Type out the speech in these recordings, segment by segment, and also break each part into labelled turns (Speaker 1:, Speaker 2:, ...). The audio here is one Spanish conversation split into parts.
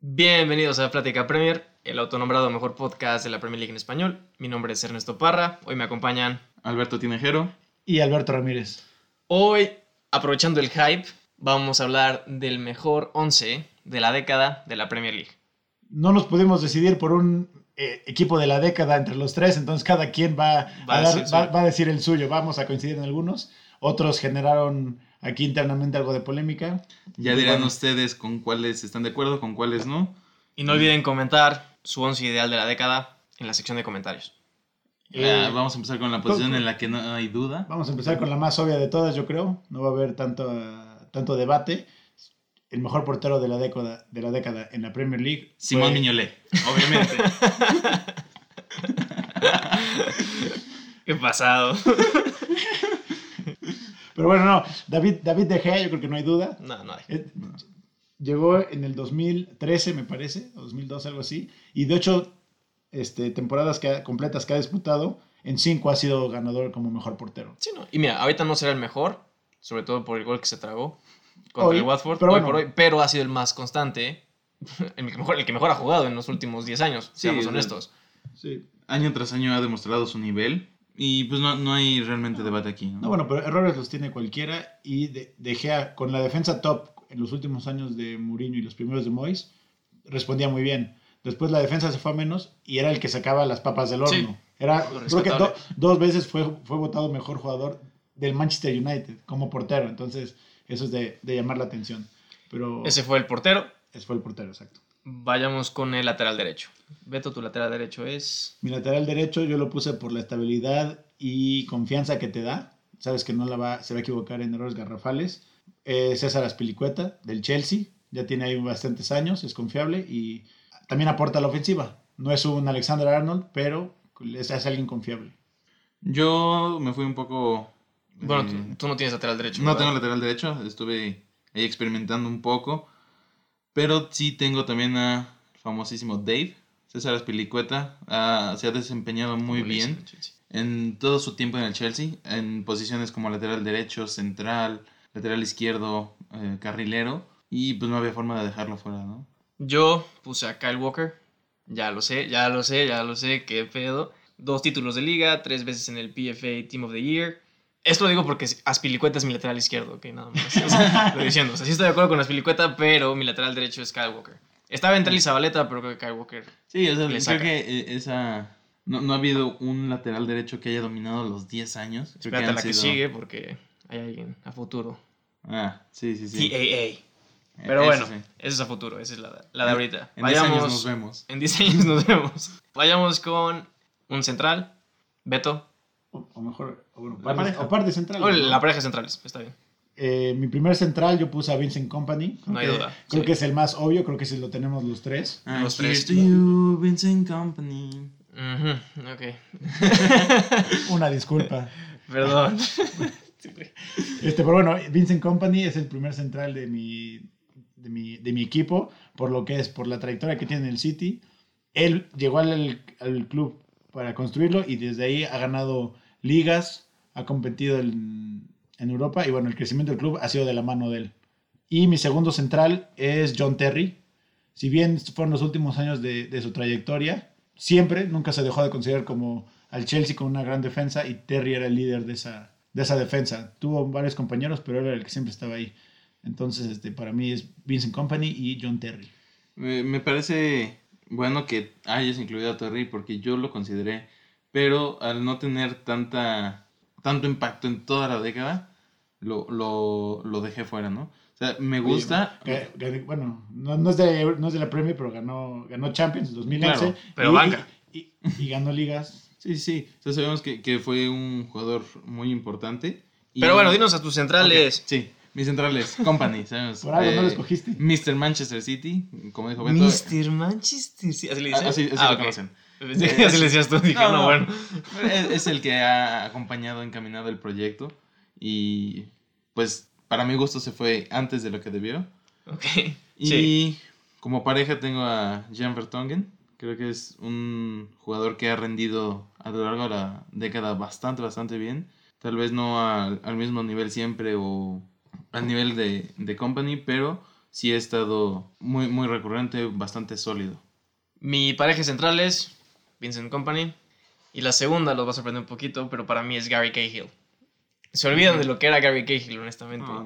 Speaker 1: Bienvenidos a Plática Premier, el autonombrado mejor podcast de la Premier League en español. Mi nombre es Ernesto Parra, hoy me acompañan.
Speaker 2: Alberto Tinejero.
Speaker 3: y Alberto Ramírez.
Speaker 1: Hoy, aprovechando el hype, vamos a hablar del mejor 11 de la década de la Premier League.
Speaker 3: No nos pudimos decidir por un eh, equipo de la década entre los tres, entonces cada quien va,
Speaker 1: Va a
Speaker 3: a, dar-
Speaker 1: decir el
Speaker 3: va-
Speaker 1: suyo.
Speaker 3: va a decir el suyo. Vamos a coincidir en algunos. Otros generaron aquí internamente algo de polémica.
Speaker 2: Ya dirán ustedes con cuáles están de acuerdo, con cuáles no.
Speaker 1: Y no olviden comentar su 11 ideal de la década en la sección de comentarios.
Speaker 2: La-
Speaker 3: Eh,
Speaker 2: vamos a empezar con la posición en la que no hay duda.
Speaker 3: Vamos a empezar con la más obvia de todas, yo creo. No va a haber tanto, eh, tanto debate. El mejor portero de la década, de la década en la Premier League.
Speaker 2: Simón
Speaker 3: fue-
Speaker 2: Miñolé, obviamente.
Speaker 1: ¡Qué pasado!
Speaker 3: Pero bueno, no. David, David De Gea, yo creo que no hay duda.
Speaker 1: No, no hay.
Speaker 3: Eh, Llegó en el 2013, me parece, o 2012, algo así. Y de ocho este, temporadas que ha- completas que ha disputado, en cinco ha sido ganador como mejor portero.
Speaker 1: Sí, no. Y mira, ahorita no será el mejor, sobre todo por el gol que se tragó contra
Speaker 3: Hoy,
Speaker 1: el Watford
Speaker 3: pero
Speaker 1: hoy
Speaker 3: bueno.
Speaker 1: por hoy, pero ha sido el más constante, el que mejor, el que mejor ha jugado en los últimos 10 años,
Speaker 2: Sí,
Speaker 1: seamos
Speaker 2: de-
Speaker 1: honestos.
Speaker 3: Sí.
Speaker 2: Año tras año ha demostrado su nivel. Y pues no, no hay realmente debate aquí. ¿no?
Speaker 3: No, bueno, pero errores los tiene cualquiera. Y de, De Gea, con la defensa top en los últimos años de Mourinho y los primeros de Moyes, respondía muy bien. Después la defensa se fue a menos y era el que sacaba las papas del horno.
Speaker 1: Sí.
Speaker 3: Era,
Speaker 1: Lo
Speaker 3: creo que do-
Speaker 1: respetable.
Speaker 3: dos veces fue, fue votado mejor jugador del Manchester United como portero. Entonces, eso es de, de llamar la atención. Pero
Speaker 1: Ese fue el portero.
Speaker 3: ese fue el portero, exacto.
Speaker 1: Vayamos con el lateral derecho. Beto, tu lateral derecho es.
Speaker 3: Mi lateral derecho yo lo puse por la estabilidad y confianza que te da. Sabes que no la va, se va a equivocar en errores garrafales. Eh, César Aspilicueta, del Chelsea. Ya tiene ahí bastantes años, es confiable y también aporta a la ofensiva. No es un Alexander Arnold, pero es, es alguien confiable.
Speaker 2: Yo me fui un poco.
Speaker 1: Bueno,
Speaker 2: eh,
Speaker 1: tú, tú no tienes lateral derecho.
Speaker 2: No
Speaker 1: ¿verdad?
Speaker 2: tengo lateral derecho, estuve ahí experimentando un poco. Pero sí tengo también a famosísimo Dave, César Aspilicueta. ah, se ha desempeñado muy
Speaker 1: Como le
Speaker 2: bien
Speaker 1: dicen, sí, sí.
Speaker 2: en todo su tiempo en el Chelsea, en posiciones como lateral derecho, central, lateral izquierdo, eh, carrilero. Y pues no había forma de dejarlo fuera, ¿no?
Speaker 1: Yo puse a Kyle Walker. Ya lo sé, ya lo sé, ya lo sé, qué pedo. Dos títulos de liga, tres veces en el PFA Team of the Year. Esto lo digo porque Aspilicueta es mi lateral izquierdo, ok, nada más. O sea, lo diciendo. O sea, sí estoy de acuerdo con Aspilicueta, pero mi lateral derecho es Kyle Walker. Estaba entre él y Zabaleta, pero creo que Kyle Walker.
Speaker 2: Sí, o sea,
Speaker 1: Le
Speaker 2: creo
Speaker 1: saca.
Speaker 2: que eh, esa... No, no ha habido un lateral derecho que haya dominado los 10 años. Creo
Speaker 1: Espérate a
Speaker 2: han
Speaker 1: la que
Speaker 2: sido-
Speaker 1: sigue porque hay alguien a futuro.
Speaker 2: Ah, sí, sí, sí.
Speaker 1: TAA. eh, Pero
Speaker 2: Eso
Speaker 1: bueno,
Speaker 2: sí.
Speaker 1: esa es a futuro, esa es la, la de
Speaker 2: En-
Speaker 1: ahorita.
Speaker 2: En 10
Speaker 1: Vayamos,
Speaker 2: años nos vemos.
Speaker 1: en 10 años nos vemos. Vayamos con un central, Beto.
Speaker 3: O, o mejor, o, bueno,
Speaker 2: La
Speaker 3: parte-
Speaker 2: pareja.
Speaker 3: o parte central.
Speaker 1: O
Speaker 3: ¿no?
Speaker 1: la pareja de centrales, está bien.
Speaker 3: Eh, mi primer central yo puse a Vincent Company. Creo
Speaker 1: No hay
Speaker 3: que-
Speaker 1: duda,
Speaker 3: Creo
Speaker 1: sí.
Speaker 3: que es el más obvio, creo que si lo tenemos los tres.
Speaker 2: Ah,
Speaker 1: Los
Speaker 2: here's
Speaker 1: tres,
Speaker 2: to
Speaker 1: ¿no?
Speaker 2: you, Vincent Company.
Speaker 1: Ujú, ok,
Speaker 3: Una disculpa.
Speaker 1: perdón.
Speaker 3: Este, pero bueno, Vincent Company es el primer central de mi, de mi, de mi equipo, por lo que es, por la trayectoria que tiene en el City. Él llegó al, al club para construirlo y desde ahí ha ganado ligas, ha competido en, en Europa y bueno, el crecimiento del club ha sido de la mano de él. Y mi segundo central es John Terry. Si bien fueron los últimos años de, de su trayectoria, siempre, nunca se dejó de considerar como al Chelsea con una gran defensa y Terry era el líder de esa, de esa defensa. Tuvo varios compañeros, pero él era el que siempre estaba ahí. Entonces, este, para mí es Vincent Company y John Terry.
Speaker 2: Me, me parece bueno que hayas incluido a Terry porque yo lo consideré, pero al no tener tanta, tanto impacto en toda la década, lo, lo, lo dejé fuera, ¿no? O sea, me gusta...
Speaker 3: Que- que- Eh, bueno, no, no es de, no es de la Premier, pero ganó, ganó Champions en 2011.
Speaker 2: Claro,
Speaker 1: pero
Speaker 3: y,
Speaker 1: banca.
Speaker 3: y- y- y ganó ligas.
Speaker 2: Sí, sí, o sea, sabemos que, que fue un jugador muy importante. y-
Speaker 1: Pero bueno, dinos a tus
Speaker 2: Ok,
Speaker 1: centrales.
Speaker 2: Sí, mis centrales, Company, sabemos.
Speaker 3: Por algo no
Speaker 2: eh,
Speaker 3: lo escogiste.
Speaker 2: Mr. Manchester City, como dijo Beto.
Speaker 1: Mr. Manchester, sí, así le
Speaker 2: ah,
Speaker 1: dicen.
Speaker 2: Así, así
Speaker 1: Ah,
Speaker 2: lo
Speaker 1: ok.
Speaker 2: conocen.
Speaker 1: Sí, así le decías tú, dije,
Speaker 2: No,
Speaker 1: no,
Speaker 2: no.
Speaker 1: bueno.
Speaker 2: Es, es el que ha acompañado, encaminado el proyecto. Y pues para mi gusto se fue antes de lo que debió.
Speaker 1: Ok,
Speaker 2: Y
Speaker 1: sí.
Speaker 2: como pareja tengo a Jan Vertonghen. Creo que es un jugador que ha rendido a lo largo de la década bastante, bastante bien. Tal vez no al, al mismo nivel siempre o al nivel de, de Company, pero sí ha estado muy, muy recurrente, bastante sólido.
Speaker 1: Mi pareja central es Vincent Company. Y la segunda los va a sorprender un poquito, pero para mí es Gary Cahill. Se olvidan de lo que era Gary Cahill, honestamente.
Speaker 2: Ah.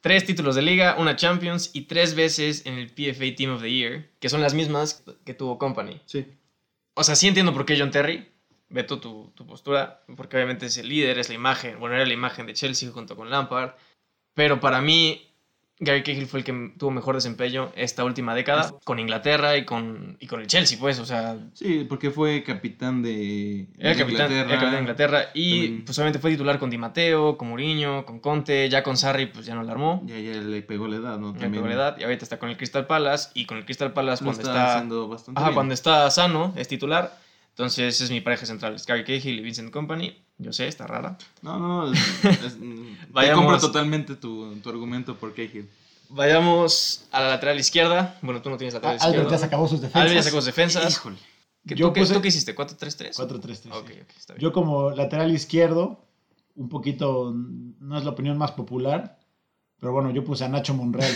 Speaker 1: Tres títulos de liga, una Champions y tres veces en el PFA Team of the Year, que son las mismas que tuvo Company.
Speaker 2: Sí.
Speaker 1: O sea, sí entiendo por qué John Terry. Veto tu, tu postura, porque obviamente es el líder, es la imagen, bueno, era la imagen de Chelsea junto con Lampard. Pero para mí, Gary Cahill fue el que tuvo mejor desempeño esta última década con Inglaterra y con, y con Este. el Chelsea, pues, o sea,
Speaker 2: Sí, porque fue capitán de
Speaker 1: era el capitán era el capitán de Inglaterra y
Speaker 2: También.
Speaker 1: pues obviamente fue titular con Di Matteo, con Mourinho, con Conte, ya con Sarri pues ya no la armó,
Speaker 2: Ya, ya le pegó la edad, ¿no?
Speaker 1: ya tuvo la edad y ahorita está con el Crystal Palace y con el Crystal Palace
Speaker 2: Lo
Speaker 1: cuando
Speaker 2: está,
Speaker 1: está,
Speaker 2: haciendo bastante
Speaker 1: ajá,
Speaker 2: bien.
Speaker 1: cuando está sano es titular, entonces es mi pareja central, es Gary Cahill y Vincent Company, yo sé, está rara.
Speaker 2: No, no, es, es- mm, te
Speaker 1: Vayamos.
Speaker 2: compro totalmente tu, tu argumento por Cahill.
Speaker 1: Vayamos a la lateral izquierda, bueno tú no tienes lateral
Speaker 3: Albert Ah, ya se
Speaker 1: izquierda.
Speaker 3: acabó sus
Speaker 1: Albert ya
Speaker 3: defensas.
Speaker 1: sacó sus defensas.
Speaker 2: Híjole.
Speaker 1: ¿Qué-
Speaker 3: Yo
Speaker 1: ¿Tú, qué,
Speaker 3: puse-
Speaker 1: tú qué hiciste? ¿4-3-3?
Speaker 3: 4-3-3.
Speaker 1: Ok,
Speaker 3: sí.
Speaker 1: ok, está bien.
Speaker 3: Yo como lateral izquierdo, un poquito, no es la opinión más popular, pero bueno, yo puse a Nacho Monreal.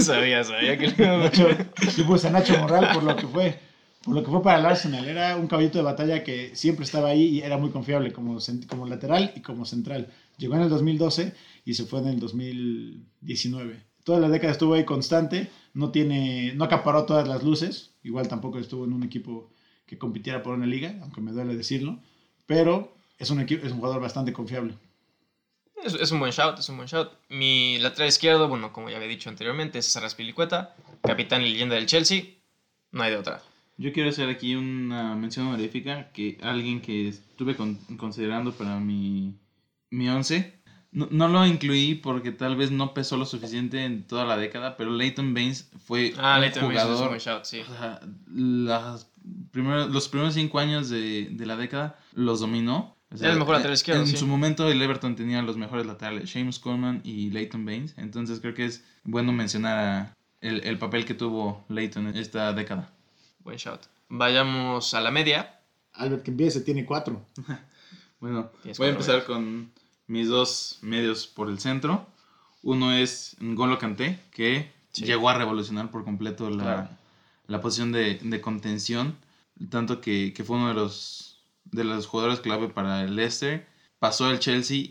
Speaker 1: sabía, sabía que lo iba a
Speaker 3: Nacho- yo puse a Nacho Monreal por lo que fue. Por lo que fue para el Arsenal, era un caballito de batalla que siempre estaba ahí y era muy confiable como, cen- como lateral y como central. Llegó en el 2012 y se fue en el 2019. Toda la década estuvo ahí constante, no, tiene, no acaparó todas las luces, igual tampoco estuvo en un equipo que compitiera por una liga, aunque me duele decirlo, pero es un, equi- es un jugador bastante confiable.
Speaker 1: Es, es un buen shout, es un buen shout. Mi lateral izquierdo, bueno, como ya había dicho anteriormente, es César Aspilicueta, capitán y leyenda del Chelsea. No hay de otra.
Speaker 2: Yo quiero hacer aquí una mención honorífica que alguien que estuve con- considerando para mi, mi once. No, no lo incluí porque tal vez no pesó lo suficiente en toda la década, pero Leighton Baines fue
Speaker 1: Ah,
Speaker 2: un
Speaker 1: Leighton Baines es un
Speaker 2: jugador
Speaker 1: buen shout, sí.
Speaker 2: O sea, las primeros- los primeros cinco años de, de la década los dominó. O sea,
Speaker 1: Era el mejor
Speaker 2: eh,
Speaker 1: lateral izquierdo,
Speaker 2: En
Speaker 1: sí.
Speaker 2: su momento el Everton tenía los mejores laterales, James Coleman y Leighton Baines. Entonces creo que es bueno mencionar a- el, el papel que tuvo Leighton en esta década.
Speaker 1: Buen shout. Vayamos a la media.
Speaker 3: Albert que empiece tiene cuatro.
Speaker 2: Bueno,
Speaker 1: Tienes
Speaker 2: voy a
Speaker 1: cuatro
Speaker 2: empezar con mis dos medios por el centro. Uno es N'Golo Kanté, que
Speaker 1: Sí.
Speaker 2: llegó a revolucionar por completo la,
Speaker 1: Claro.
Speaker 2: la posición de, de contención, tanto que, que fue uno de los, de los jugadores clave para el Leicester. Pasó al Chelsea,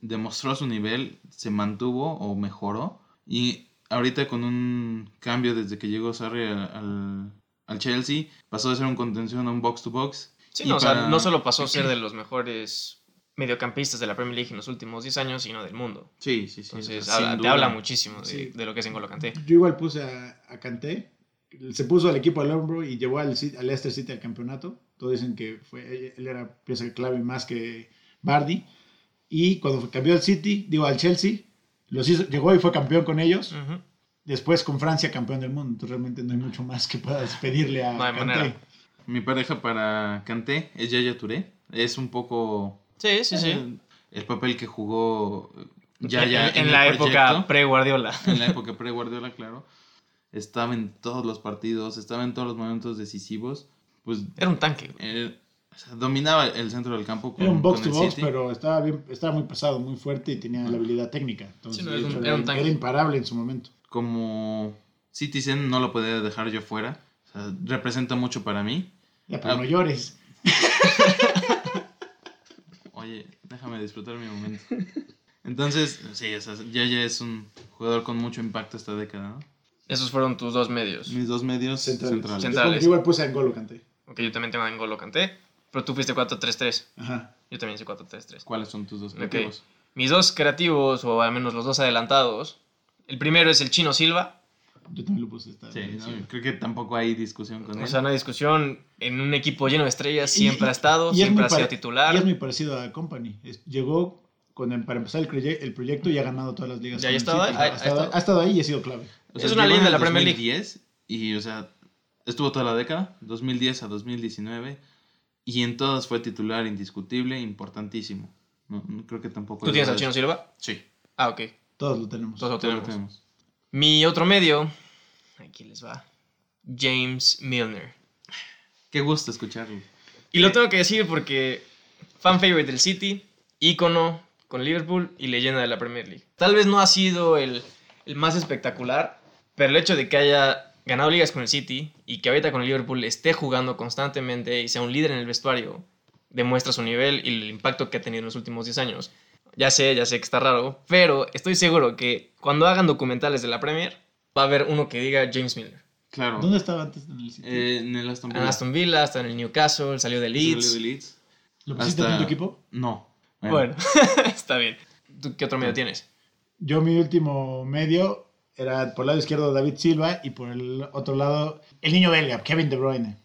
Speaker 2: demostró su nivel, se mantuvo o mejoró. Y ahorita con un cambio desde que llegó Sarri al, al- al Chelsea, pasó de ser un contención a un box-to-box.
Speaker 1: Sí,
Speaker 2: Y
Speaker 1: no, o sea,
Speaker 2: para-
Speaker 1: no solo pasó a ser de los mejores mediocampistas de la Premier League en los últimos 10 años, sino del mundo.
Speaker 2: Sí, sí, sí.
Speaker 1: Entonces,
Speaker 2: o sea, sin
Speaker 1: habla- te
Speaker 2: duda.
Speaker 1: habla muchísimo de,
Speaker 3: Sí.
Speaker 1: de lo que es en Canté.
Speaker 3: Yo igual puse a, a Kanté. Se puso al equipo al hombro y llevó al, Ci- al Leicester City al campeonato. Todos dicen que fue, él era pieza clave más que Bardi. Y cuando fue- cambió al City, digo al Chelsea, los hizo- llegó y fue campeón con ellos.
Speaker 1: Mm.
Speaker 3: Después con Francia campeón del mundo. Entonces realmente no hay mucho más que puedas pedirle a
Speaker 1: No hay
Speaker 3: Kanté.
Speaker 1: manera.
Speaker 2: Mi pareja para Kanté es Yaya Touré. Es un poco
Speaker 1: Sí, sí, sí.
Speaker 2: eh, el papel que jugó eh,
Speaker 1: En-
Speaker 2: Yaya
Speaker 1: en, la
Speaker 2: el
Speaker 1: época
Speaker 2: proyecto.
Speaker 1: pre-Guardiola.
Speaker 2: En la época pre-Guardiola, claro. Estaba en todos los partidos, estaba en todos los momentos decisivos. Pues
Speaker 1: Era un tanque.
Speaker 2: él, o sea, dominaba el centro del campo con,
Speaker 3: Era un box
Speaker 2: con
Speaker 3: to
Speaker 2: el
Speaker 3: box,
Speaker 2: City.
Speaker 3: pero estaba, bien, estaba muy pesado, muy fuerte y tenía la habilidad técnica. Entonces,
Speaker 1: Sí, no,
Speaker 3: de
Speaker 1: era un-
Speaker 3: hecho,
Speaker 1: era
Speaker 3: era,
Speaker 1: un tanque.
Speaker 3: era imparable en su momento.
Speaker 2: Como Citizen no lo podía dejar yo fuera. O sea, representa mucho para mí.
Speaker 3: Ya, pero
Speaker 2: Ah.
Speaker 3: no llores.
Speaker 2: Oye, déjame disfrutar mi momento. Entonces, sí, o sea, Yaya es un jugador con mucho impacto esta década, ¿no?
Speaker 1: Esos fueron tus dos medios.
Speaker 2: Mis dos medios
Speaker 3: Centrales.
Speaker 2: centrales.
Speaker 3: Yo-
Speaker 1: Centrales.
Speaker 3: Yo igual puse a N'Golo Kanté.
Speaker 1: Ok, yo también tengo a N'Golo Kanté, pero tú fuiste 4-3-3.
Speaker 3: Ajá.
Speaker 1: Yo también hice 4-3-3.
Speaker 2: ¿Cuáles son tus dos
Speaker 1: Ok.
Speaker 2: objetivos?
Speaker 1: Mis dos creativos, o al menos los dos adelantados. El primero es el Chino Silva.
Speaker 3: Yo también lo puse. esta
Speaker 2: Sí,
Speaker 3: vez,
Speaker 2: no,
Speaker 3: sí.
Speaker 2: creo que tampoco hay discusión con
Speaker 1: O
Speaker 2: él.
Speaker 1: sea, no hay discusión. En un equipo lleno de estrellas siempre
Speaker 3: Y-
Speaker 1: ha estado,
Speaker 3: y es
Speaker 1: siempre
Speaker 3: muy
Speaker 1: ha sido
Speaker 3: pare-
Speaker 1: titular.
Speaker 3: Y es muy parecido a Company. Es- llegó con el- para empezar el, proye- el proyecto y ha ganado todas las ligas.
Speaker 1: Ya, ya
Speaker 3: con el
Speaker 1: estaba,
Speaker 3: City.
Speaker 1: ha- ha
Speaker 3: ha, estado,
Speaker 1: estado.
Speaker 3: ha estado ahí y ha sido clave.
Speaker 2: O sea,
Speaker 1: es una
Speaker 2: llegó
Speaker 1: leyenda
Speaker 2: en
Speaker 1: de la
Speaker 2: el
Speaker 1: Premier League.
Speaker 2: 2010 y, o sea, estuvo toda la década, 2010 a 2019, y en todas fue titular indiscutible, importantísimo. No, no creo que tampoco...
Speaker 1: ¿Tú
Speaker 2: hay
Speaker 1: tienes al
Speaker 2: dudas.
Speaker 1: Chino Silva?
Speaker 2: Sí,
Speaker 1: Ah, ok.
Speaker 3: Todos lo tenemos.
Speaker 1: Todos lo
Speaker 2: todos lo
Speaker 1: tenemos.
Speaker 2: tenemos.
Speaker 1: Mi otro medio, aquí les va. James Milner.
Speaker 2: Qué gusto escucharlo.
Speaker 1: Y lo tengo que decir porque fan favorite del City, ícono con Liverpool y leyenda de la Premier League. Tal vez no ha sido el, el más espectacular, Pero el hecho de que haya ganado ligas con el City y que ahorita con el Liverpool esté jugando constantemente y sea un líder en el vestuario, demuestra su nivel y el impacto que ha tenido en los últimos 10 años. Ya sé, ya sé que está raro, pero estoy seguro que cuando hagan documentales de la Premier, va a haber uno que diga James Miller.
Speaker 2: Claro.
Speaker 3: ¿Dónde estaba antes en el City?
Speaker 2: Eh, en el Aston
Speaker 1: En Aston Villa, hasta en el Newcastle, salió de
Speaker 2: Leeds.
Speaker 1: Leeds.
Speaker 3: ¿Lo pusiste
Speaker 2: hasta-
Speaker 3: en tu equipo?
Speaker 2: No.
Speaker 1: Bueno, Ah. está bien. ¿Tú qué otro medio tienes?
Speaker 3: Yo mi último medio era por el lado izquierdo David Silva y por el otro lado el niño belga, Kevin De Bruyne.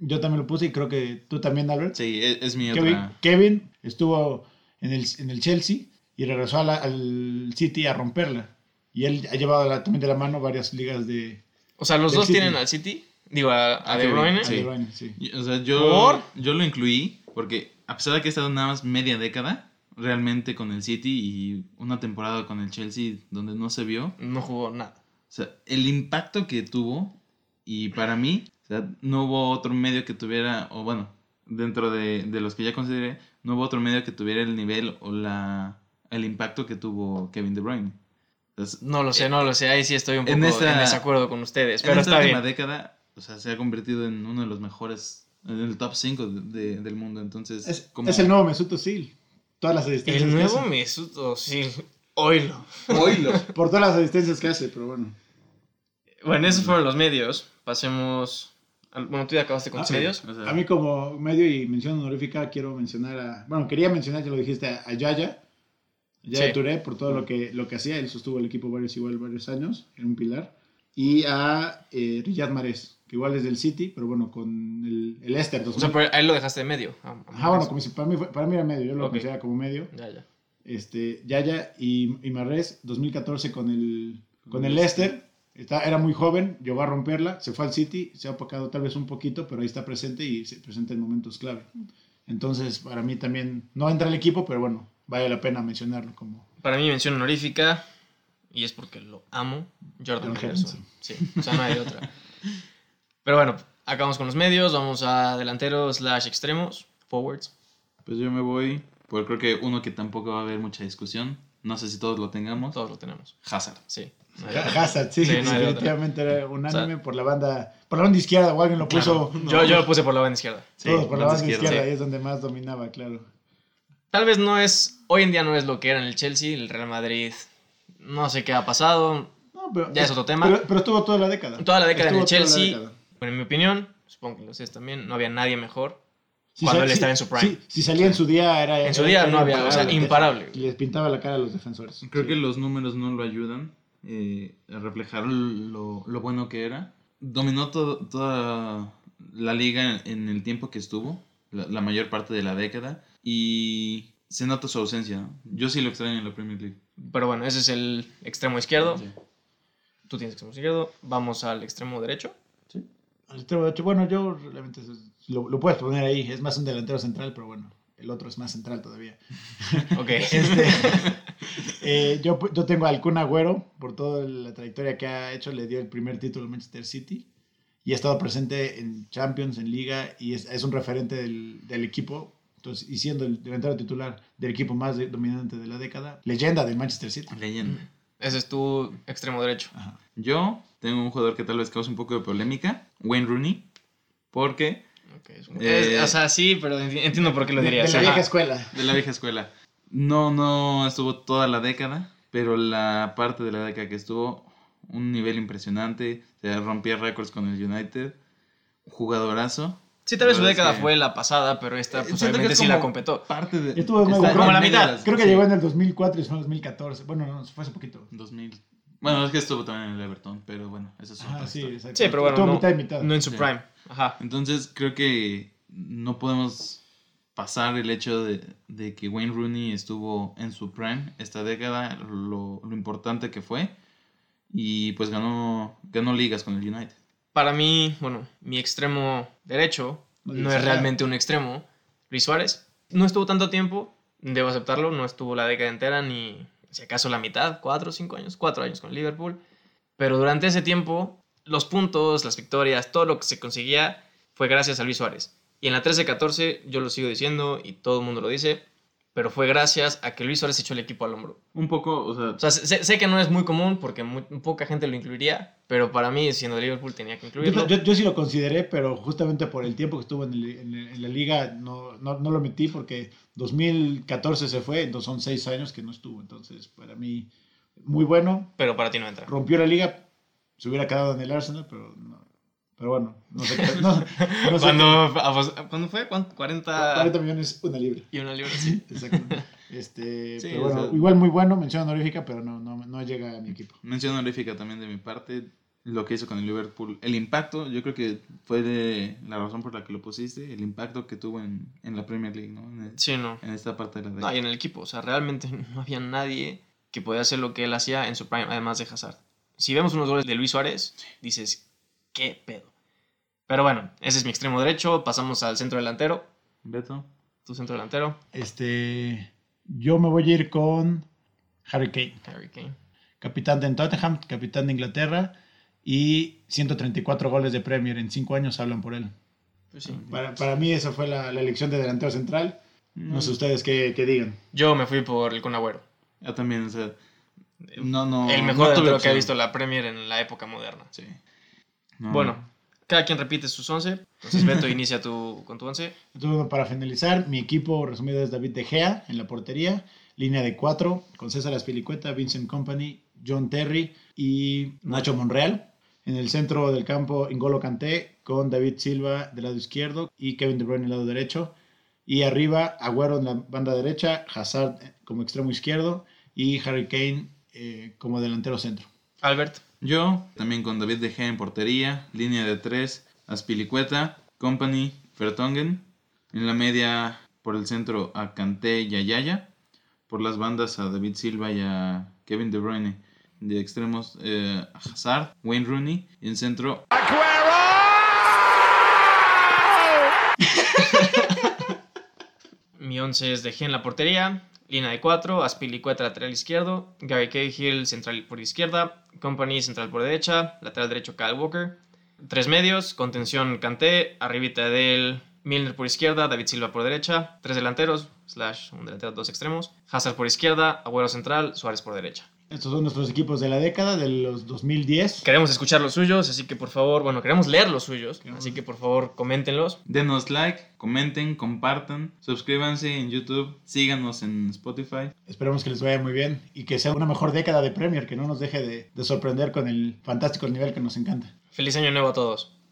Speaker 3: Yo también lo puse y creo que tú también, Albert.
Speaker 2: Sí, es, es mi
Speaker 3: Kevin,
Speaker 2: otra.
Speaker 3: Kevin estuvo en el, en el Chelsea y regresó a la- al City a romperla. Y él ha llevado la- también de la mano varias ligas de,
Speaker 1: O sea, los
Speaker 3: Del
Speaker 1: dos
Speaker 3: City.
Speaker 1: tienen al City, digo, a, a
Speaker 2: Ah,
Speaker 1: De
Speaker 2: qué bien,
Speaker 1: Bruyne.
Speaker 3: a
Speaker 2: sí.
Speaker 3: De Bruyne, sí.
Speaker 2: O sea, yo,
Speaker 1: ¿Por?
Speaker 2: yo lo incluí porque a pesar de que he estado nada más media década realmente con el City y una temporada con el Chelsea donde no se vio, o
Speaker 1: No jugó nada.
Speaker 2: sea, el impacto que tuvo y para mí, o sea, no hubo otro medio que tuviera, o bueno, dentro de, de los que ya consideré, no hubo otro medio que tuviera el nivel o la, el impacto que tuvo Kevin De Bruyne. Entonces,
Speaker 1: No lo sé, no lo sé. Ahí sí estoy un poco
Speaker 2: En
Speaker 1: en,
Speaker 2: esta-
Speaker 1: desacuerdo con ustedes.
Speaker 2: en
Speaker 1: Pero
Speaker 2: esta
Speaker 1: está
Speaker 2: última
Speaker 1: bien.
Speaker 2: década, o sea, se ha convertido en uno de los mejores, en el top 5 del mundo. Entonces,
Speaker 3: Es,
Speaker 2: como-
Speaker 3: es el nuevo Mesut Özil. Todas las asistencias
Speaker 1: El nuevo
Speaker 3: que
Speaker 1: Mesut oh, Özil. Oilo.
Speaker 3: hace. Por todas las asistencias que hace, pero bueno.
Speaker 1: Bueno, esos fueron los medios. Pasemos. al- Bueno, tú ya acabaste con
Speaker 3: Ah,
Speaker 1: los
Speaker 3: sí.
Speaker 1: medios.
Speaker 2: O sea,
Speaker 3: A mí como medio y mención honorífica quiero mencionar a... Bueno, quería mencionar, ya lo dijiste, a Yaya. Yaya
Speaker 1: Sí.
Speaker 3: Touré por todo lo que, lo que hacía. Él sostuvo el equipo varios igual varios años, era un pilar. Y a eh, Riyad Mahrez, que igual es del City, pero bueno, con el, el Leicester.
Speaker 1: O sea,
Speaker 3: 2000.
Speaker 1: pero ahí lo dejaste de medio. Ah,
Speaker 3: Ajá, bueno, como si para mí, fue- para mí era medio, yo lo
Speaker 1: Ok.
Speaker 3: consideraba como medio.
Speaker 1: Ya, ya.
Speaker 3: Este, Yaya y, y Mahrez, 2014 con el, con el Leicester. Está, era muy joven, llegó a romperla, se fue al City, se ha opacado tal vez un poquito, pero ahí está presente y se presenta en momentos clave. Entonces, para mí también, no entra el equipo, pero bueno, vale la pena mencionarlo como...
Speaker 1: Para mí, mención honorífica. Y es porque lo amo. Jordan
Speaker 3: Jordan
Speaker 1: Henderson. Sí, o sea, no hay otra. Pero bueno, acabamos con los medios. Vamos a delanteros slash extremos. Forwards.
Speaker 2: pues yo me voy por creo que uno que tampoco va a haber mucha discusión. No sé si todos lo tengamos.
Speaker 1: Todos lo tenemos.
Speaker 2: Hazard.
Speaker 1: Sí. No hay otra.
Speaker 3: Hazard, sí,
Speaker 1: Sí, no hay otra.
Speaker 3: definitivamente era unánime por la banda, por la banda izquierda, o alguien lo puso
Speaker 2: Claro.
Speaker 1: Yo, yo lo puse por la banda izquierda.
Speaker 2: Sí,
Speaker 3: todos por la
Speaker 2: banda
Speaker 3: banda izquierda,
Speaker 1: izquierda,
Speaker 3: ahí es donde más dominaba, claro.
Speaker 1: Tal vez no es, hoy en día no es lo que era en el Chelsea, el Real Madrid, no sé qué ha pasado.
Speaker 3: No, pero-
Speaker 1: Ya es otro tema.
Speaker 3: Pero, pero estuvo toda la década.
Speaker 1: Toda la década en el
Speaker 3: Estuvo toda la
Speaker 1: Chelsea.
Speaker 3: década.
Speaker 1: Bueno, en mi opinión, supongo que lo sé también, no había nadie mejor.
Speaker 3: Si
Speaker 1: Cuando
Speaker 3: sal-
Speaker 1: él
Speaker 3: si-
Speaker 1: estaba en su prime.
Speaker 3: sí, si salía en su día era.
Speaker 1: En su
Speaker 3: era-
Speaker 1: día
Speaker 3: era
Speaker 1: no había, o sea, imparable.
Speaker 3: Y les pintaba la cara a los defensores.
Speaker 2: Creo
Speaker 3: Sí.
Speaker 2: que los números no lo ayudan eh, a reflejar lo, lo bueno que era. Dominó to- toda la liga en el tiempo que estuvo, la, la mayor parte de la década, y se nota su ausencia. ¿no? Yo sí lo extraño en la Premier League.
Speaker 1: Pero bueno, ese es el extremo izquierdo.
Speaker 2: Sí.
Speaker 1: Tú tienes extremo izquierdo, vamos al extremo derecho.
Speaker 3: Al extremo derecho, bueno, yo realmente es- lo, lo puedes poner ahí. Es más un delantero central, pero bueno, el otro es más central todavía.
Speaker 1: Ok.
Speaker 3: Este, eh, yo, pu- yo tengo al Kun Agüero, por toda la trayectoria que ha hecho, le dio el primer título al Manchester City. Y ha estado presente en Champions, en Liga, y es, es un referente del, del equipo. Entonces, y siendo el delantero titular del equipo más de- dominante de la década, leyenda del Manchester City.
Speaker 2: Leyenda.
Speaker 1: Ese es tu extremo derecho.
Speaker 3: Ajá.
Speaker 2: Yo tengo un jugador que tal vez cause un poco de polémica, Wayne Rooney, porque
Speaker 1: Ok, es un-
Speaker 2: Eh,
Speaker 1: es- o sea, sí, pero enti- entiendo por qué lo dirías.
Speaker 3: De la
Speaker 1: Ajá.
Speaker 3: vieja escuela.
Speaker 2: de la vieja escuela no no estuvo toda la década, pero la parte de la década que estuvo un nivel impresionante, se rompía récords con el United, jugadorazo,
Speaker 1: Sí, tal vez su
Speaker 2: La verdad
Speaker 1: década
Speaker 2: es que-
Speaker 1: fue la pasada, pero esta
Speaker 2: Eh,
Speaker 1: pues,
Speaker 2: siento que
Speaker 1: obviamente
Speaker 2: es
Speaker 1: sí la
Speaker 2: como-
Speaker 1: completó.
Speaker 2: parte de
Speaker 3: Estuvo muy
Speaker 2: está en
Speaker 1: Como la
Speaker 2: medio
Speaker 1: mitad,
Speaker 2: de las-
Speaker 3: Creo que
Speaker 2: sí,
Speaker 3: llegó en el 2004 y se fue en el 2014. Bueno, no, se fue hace poquito.
Speaker 2: 2000. Bueno, es que estuvo también en el Everton, pero bueno, eso es
Speaker 3: Ajá,
Speaker 2: otra
Speaker 3: Ah, sí,
Speaker 2: historia.
Speaker 3: exacto.
Speaker 1: Sí, pero bueno,
Speaker 3: Estuvo
Speaker 1: no,
Speaker 3: mitad y mitad.
Speaker 1: no en su
Speaker 2: Sí.
Speaker 1: prime. Ajá.
Speaker 2: Entonces creo que no podemos pasar el hecho de, de que Wayne Rooney estuvo en su prime esta década, lo, lo importante que fue, y pues ganó, ganó ligas con el United.
Speaker 1: Para mí, bueno, mi extremo derecho
Speaker 3: No
Speaker 1: no
Speaker 3: digas
Speaker 1: es
Speaker 3: nada.
Speaker 1: realmente un extremo. Luis Suárez no estuvo tanto tiempo, debo aceptarlo, no estuvo la década entera ni si acaso la mitad, cuatro o cinco años, cuatro años con Liverpool. Pero durante ese tiempo, los puntos, las victorias, todo lo que se conseguía fue gracias a Luis Suárez. Y en la 13-14, yo lo sigo diciendo y todo el mundo lo dice, pero fue gracias a que Luis Suárez echó el equipo al hombro.
Speaker 2: Un poco, o sea,
Speaker 1: O sea, sé, sé que no es muy común porque muy- poca gente lo incluiría, pero para mí, siendo de Liverpool, tenía que
Speaker 3: Yo,
Speaker 1: incluirlo.
Speaker 3: yo- yo sí lo consideré, pero justamente por el tiempo que estuvo en, el- en el- en la liga no, no, no lo metí porque 2014 se fue, entonces son seis años que no estuvo. Entonces, para mí, muy bueno.
Speaker 1: Pero para ti no entra.
Speaker 3: Rompió la liga, se hubiera quedado en el Arsenal, pero no. Pero bueno, no sé. qué- No, no sé
Speaker 1: Cuando, apos- ¿cuándo fue? ¿Cuánto? 40,
Speaker 3: 40 millones, una libra.
Speaker 1: y una libra. sí.
Speaker 3: Exacto. Este,
Speaker 2: Sí,
Speaker 3: pero
Speaker 2: o
Speaker 3: bueno,
Speaker 2: sea-
Speaker 3: igual muy bueno, mención honorífica, pero no, no, no llega a mi equipo.
Speaker 2: mención honorífica también de mi parte, lo que hizo con el Liverpool, el impacto, yo creo que fue de la razón por la que lo pusiste, el impacto que tuvo en, en la Premier League, ¿no? En, el-
Speaker 1: Sí, no.
Speaker 2: en esta parte de la
Speaker 1: No, y
Speaker 2: década.
Speaker 1: en el equipo. O sea, realmente no había nadie que podía hacer lo que él hacía en su prime, además de Hazard. Si vemos unos goles de Luis Suárez, dices, ¿qué pedo? Pero bueno, ese es mi extremo derecho. Pasamos al centro delantero.
Speaker 2: Beto,
Speaker 1: Tu centro delantero,
Speaker 3: Este, yo me voy a ir con Harry Kane,
Speaker 1: Harry Kane.
Speaker 3: capitán de Tottenham, capitán de Inglaterra y 134 goles de Premier en 5 años hablan por él.
Speaker 1: Pues sí.
Speaker 3: Para, para mí esa fue la, la elección de delantero central. No sé ustedes qué, qué digan.
Speaker 1: Yo me fui por el Kun Agüero.
Speaker 2: yo también, o sea, no, no.
Speaker 1: el mejor
Speaker 2: no
Speaker 1: delantero
Speaker 2: tuve
Speaker 1: que ha
Speaker 2: opción. Mm.
Speaker 1: visto la Premier en la época moderna.
Speaker 2: Sí. No.
Speaker 1: Bueno, cada quien repite sus 11. Entonces, Beto, inicia tu, con tu 11.
Speaker 3: Entonces, bueno, para finalizar, mi equipo resumido es David De Gea en la portería, línea de 4 con César Aspilicueta, Vincent Company, John Terry y Nacho Monreal. En el centro del campo, Ingolo Kanté con David Silva del lado izquierdo y Kevin De Bruyne del lado derecho. Y arriba, Agüero en la banda derecha, Hazard eh, como extremo izquierdo y Harry Kane eh, como delantero centro.
Speaker 1: Albert,
Speaker 2: Yo, también con David De Gea en portería, línea de tres, Aspilicueta, Company, Vertonghen. En la media, por el centro, a Kanté y a Yaya. Por las bandas, a David Silva y a Kevin De Bruyne. De extremos, eh, a Hazard, Wayne Rooney. Y en centro,
Speaker 1: mi 11 es De Gea en la portería. Línea de 4, Aspilicueta lateral izquierdo, Gary Cahill central por izquierda, Company central por derecha, lateral derecho Kyle Walker, tres medios, contención Kanté, arribita del Milner por izquierda, David Silva por derecha, tres delanteros, slash un delantero, dos extremos, Hazard por izquierda, Agüero central, Suárez por derecha.
Speaker 3: Estos son nuestros equipos de la década, de los 2010.
Speaker 1: Queremos escuchar los suyos, así que por favor, bueno, queremos leer los suyos,
Speaker 3: Queremos-
Speaker 1: así que por favor coméntenlos.
Speaker 2: denos like, comenten, compartan, suscríbanse en YouTube, síganos en Spotify.
Speaker 3: Esperemos que les vaya muy bien y que sea una mejor década de Premier, que no nos deje de, de sorprender con el fantástico nivel que nos encanta.
Speaker 1: Feliz año nuevo a todos.